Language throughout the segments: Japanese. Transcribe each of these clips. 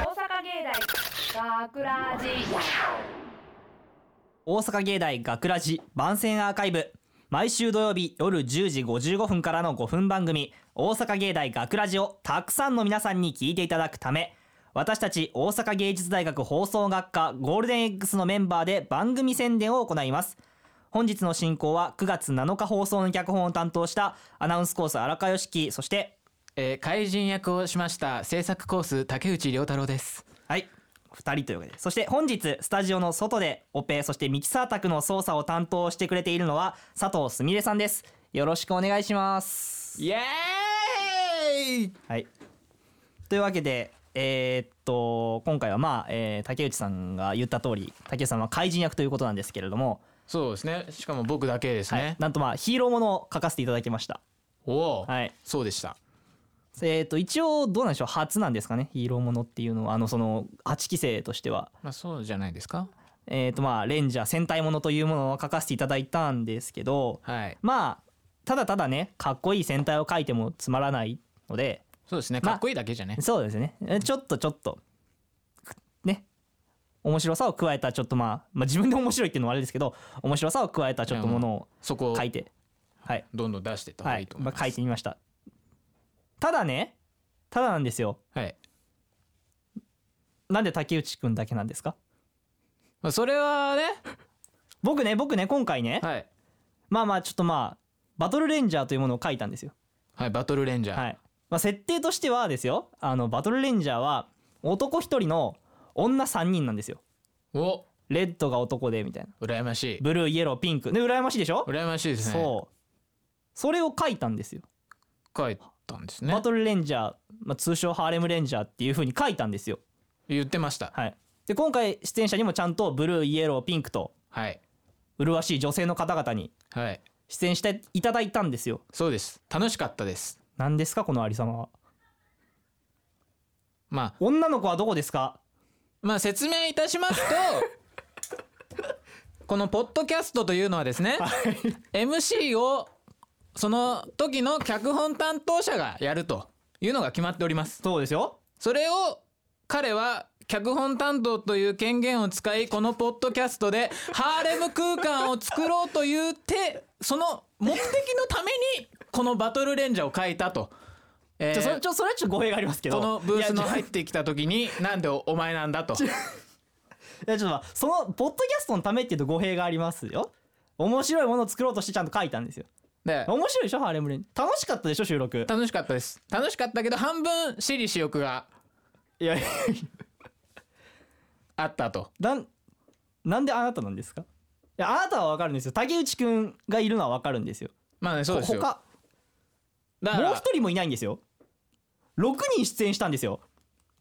大学ラジ大阪芸大学ラジ番宣アーカイブ毎週土曜日夜10時55分からの5分番組「大阪芸大学ラジをたくさんの皆さんに聞いていただくため私たち大阪芸術大学放送学科ゴールデン X のメンバーで番組宣伝を行います本日の進行は9月7日放送の脚本を担当したアナウンスコース荒川良樹そしてえー、怪人役をしました制作コース竹内涼太郎ですはい2人というわけでそして本日スタジオの外でオペそしてミキサー宅の操作を担当してくれているのは佐藤すみれさんですよろしくお願いしますイエーイはいというわけでえーっと今回はまあ、えー竹内さんが言った通り竹内さんは怪人役ということなんですけれども、そうですねしかも僕だけですはいね、なんとまあヒーローものを書かせていただきましたおお、はいそうでしたえーっと一応どうなんでしょう初なんですかねヒーローものっていうのはあのその8期生としてはまあそうじゃないですかえー、とまあレンジャー戦隊ものというものを書かせていただいたんですけどはいまあただただねかっこいい戦隊を書いてもつまらないのでそうですねまあかっこいいだけじゃね、そうですねえちょっとちょっとね面白さを加えたちょっとまあ、まあ、自分で面白いっていうのはあれですけど面白さを加えたちょっとものそこをを書いてはいどんどん出していった方はがいいいと思いままあす、書いてみましたただねただなんですよはいなんで竹内くんだけなんですかまあ、それはね僕ね僕ね今回ねはいまあまあちょっとまあバトルレンジャーというものを書いたんですよはいバトルレンジャー、はいまあ、設定としてはですよあのバトルレンジャーは男1人の女3人なんですよおレッドが男でみたいな羨ましいブルーイエローピンクね羨ましいでしょ、羨ましいですねそうそれを書いたんですよ、書いたんですねバトルレンジャー、まあ、通称ハーレムレンジャーっていう風に書いたんですよ言ってましたはいで今回出演者にもちゃんとブルーイエローピンクとはい麗しい女性の方々にはい出演していただいたんですよそうです楽しかったです何ですかこのありさまはまあ女の子はどこですかまあ説明いた しますとこのポッドキャストというのはですね MC をその時の脚本担当者がやるというのが決まっておりますそうですよそれを彼は脚本担当という権限を使いこのポッドキャストでハーレム空間を作ろうという手その目的のためにこのバトルレンジャーを書いたと。えーちょそれちょそれはちょっと語弊がありますけどこのブースのいや入ってきた時になんでお前なんだと。いやちょっとまあそのポッドキャストのためっていうと語弊がありますよ面白いものを作ろうとしてちゃんと書いたんですよで面白いでしょハーレムレン楽しかったでしょ収録楽しかったです楽しかったけど半分私利私欲がいやいやあったとなんなんであなたなんですかいやあなたは分かるんですよ竹内くんがいるのは分かるんですよまあねそうですよ他だかもうら一人もいないんですよ6人出演したんですよ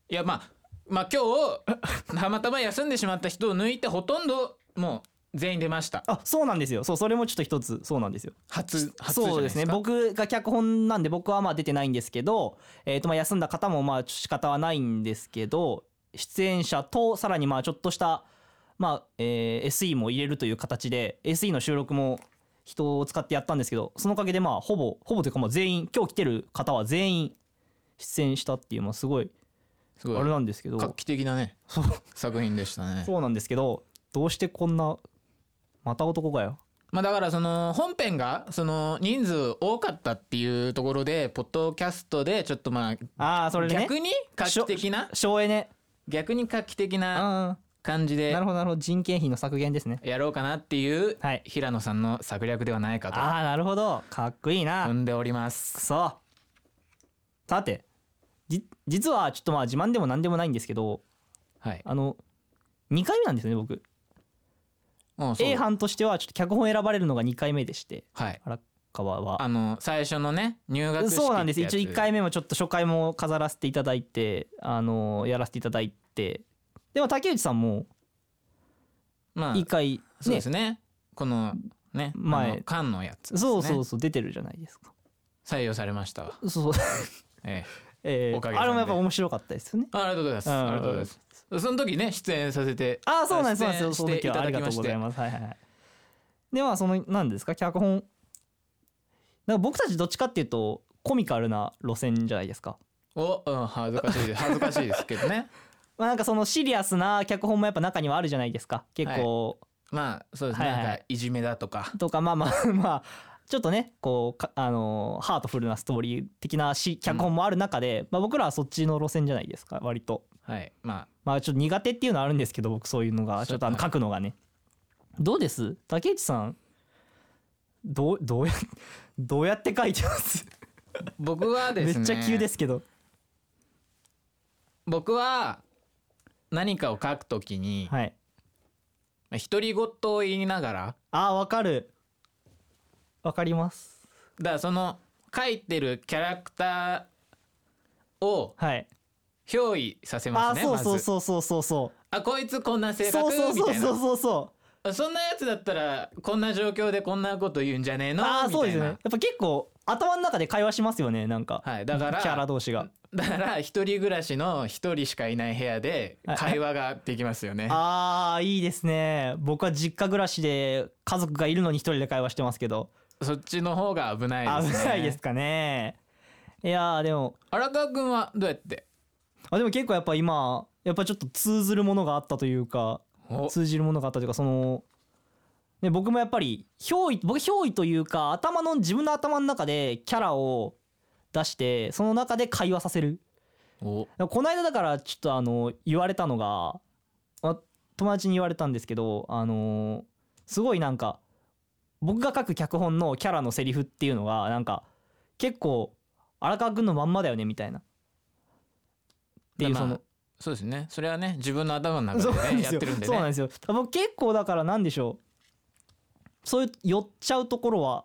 いやまあまあ今日 たまたま休んでしまった人を抜いてほとんどもう全員出ましたあそうなんですよそうそれもちょっと一つそうなんですよ初初じそゃないうでですすかね僕が脚本なんで僕はまあ出てないんですけど、えー、とまあ休んだ方もまあ仕方はないんですけど出演者とさらにまあちょっとした、まあえー SE も入れるという形で SE の収録も人を使ってやったんですけどそのおかげでまあほぼほぼというかまあ全員今日来てる方は全員出演したっていうまあすごいすあごれいなんですけど画期的なねそう作品でしたねそうなんですけどどうしてこんなまた男かよまあだからその本編がその人数多かったっていうところでポッドキャストでちょっとまあああそれでね逆に画期的な省エネ逆に画期的なあ感じあでなるほどなるほど人件費の削減ですねやろうかなっていうはい平野さんの策略ではないかとああなるほどかっこいいな、踏んでおりますくそさてじ実はちょっとまあ自慢でも何でもないんですけどはいあの2回目なんですね僕うんそう A 班としてはちょっと脚本選ばれるのが2回目でしてはい荒川はあの最初のね入学式ってやつそうなんです一応1回目もちょっと初回も飾らせていただいてあのやらせていただいてでも竹内さんもまあ1回そうですねこのね前前缶のやつですねそうそうそう出てるじゃないですか採用されましたわ そうえええーおかげさんあでれもやっぱ面白かったですよねあありがとうございますうんありがとうございますその時ね出演させてあーそうなんですそうあなんですよそ出の演して時いはたあだりきがまとうしございてますはいはいはいではその何ですか脚本なんか僕たちどっちかっていうとコミカルな路線じゃないですかおうん恥ずかしいです恥ずかしいですけどね まあ、なんかそのシリアスな脚本もやっぱ中にはあるじゃないですか結構、まあそうですね、はいはいなんかいじめだとかとかまあまあまあちょっとねこうかあのーハートフルなストーリー的なし脚本もある中で、まあ、僕らはそっちの路線じゃないですか割と。はいままあちょっと苦手っていうのはあるんですけど僕そういうのがちょっとあのそう書くのがねどうです竹内さんどうどうや どうやって書いてますあ僕はでめすっねちゃ急ですけど僕は何かを書くときに、はいまあ独り言を言いながらあーわかるわかりますだからその書いてるキャラクターをはい憑依させあまーすねそうまそうずそうそうそうそうあこいつこんな性そう格そうみそたういそうなそうそそんなやつだったらこんな状況でこんなこと言うんじゃねえうのみああそうたでいすねやなっぱ結構頭の中で会話しますよねなんか、はいだからキャラ同士がだから一人暮らしの一人しかいない部屋で会話ができますよねあーいいですね僕は実家暮らしで家族がいるのに一人で会話してますけどそっちの方が危ないですね危ないですかねいやーでも荒川くんはどうやってあでも結構やっぱ今やっぱちょっと通ずるものがあったというかお通じるものがあったというかその、ね、僕もやっぱり憑依僕憑依というか頭の自分の頭の中でキャラを出してその中で会話させるおこの間だからちょっとあの言われたのがあ友達に言われたんですけどあのすごいなんか僕が書く脚本のキャラのセリフっていうのがなんか結構荒川君のまんまだよねみたいな。っていうまあそのそうですねそれはね自分の頭の中でねやってるんでそうなんねですよ僕結構だからなんでしょうそういう寄っちゃうところは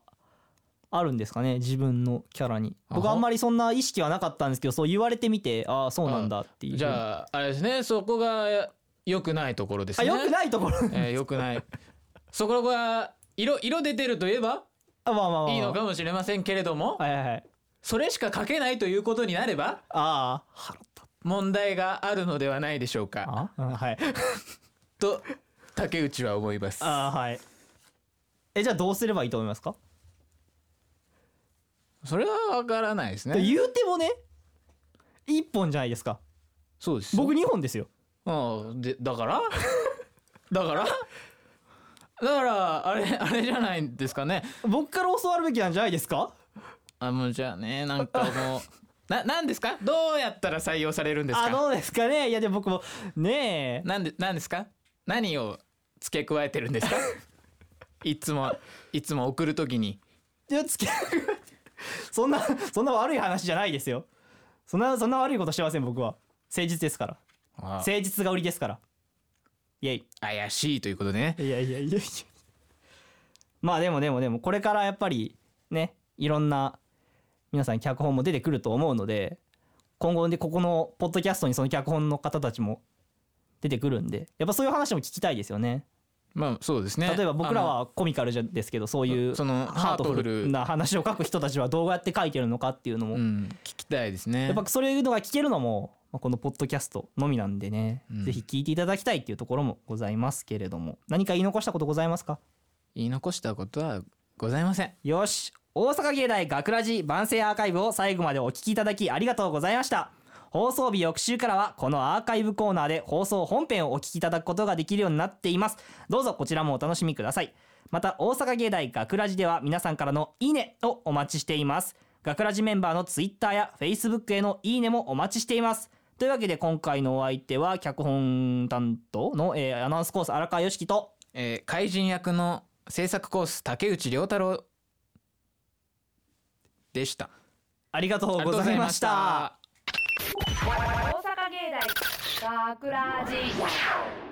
あるんですかね自分のキャラに僕ああはんまりそんな意識はなかったんですけどそう言われてみてああそうなんだっていうじゃああれですねそこが良くないところですあね良くないと ころえー良くないそこが色色出てるといえばあまあまあまあいいのかもしれませんけれどもはいはいはいそれしか書けないということになればああ腹立っ問題があるのではないでしょうかたあ はいと竹内は思いますあーはいえじゃあどうすればいいと思いますか、それはわからないですね言うてもね一本じゃないですかそうです僕二本ですようんでだから だからだからあれあれじゃないんですかね僕から教わるべきなんじゃないですかあもうじゃあねなんか もうななんですかどうやったら採用されるんですあかどうですかねいやでも僕もねえなんでなんですか何を付け加えてるんで すかいつもいつも送るときにいやつけ そんなそんな悪い話じゃないですよそんなそんな悪いことしてません僕は誠実ですからあ誠実が売りですからイエイ怪しいということでねいやいやいやいやまあでもでもでもこれからやっぱりねいろんな皆さん脚本も出てくると思うので今後でここのポッドキャストにその脚本の方たちも出てくるんでやっぱそういう話も聞きたいですよねまあそうですね例えば僕らはコミカルじゃですけどそういうそのハートフルな話を書く人たちはどうやって書いてるのかっていうのあものうん聞きたいですねやっぱそういうのが聞けるのもまあこのポッドキャストのみなんでね、うんぜひ聞いていただきたいっていうところもございますけれども何か言い残したことございますか言い残したことはございませんよし大阪芸大学ラジ万世アーカイブを最後までお聞きいただきありがとうございました放送日翌週からはこのアーカイブコーナーで放送本編をお聞きいただくことができるようになっていますどうぞこちらもお楽しみくださいまた大阪芸大学ラジでは皆さんからのいいねをお待ちしています学ラジメンバーのツイッターやフェイスブックへのいいねもお待ちしていますというわけで今回のお相手は脚本担当の、えーアナウンスコース荒川良樹とえー、怪人役の制作コース竹内涼太郎でした。ありがとあうございました。大阪芸大学ラジ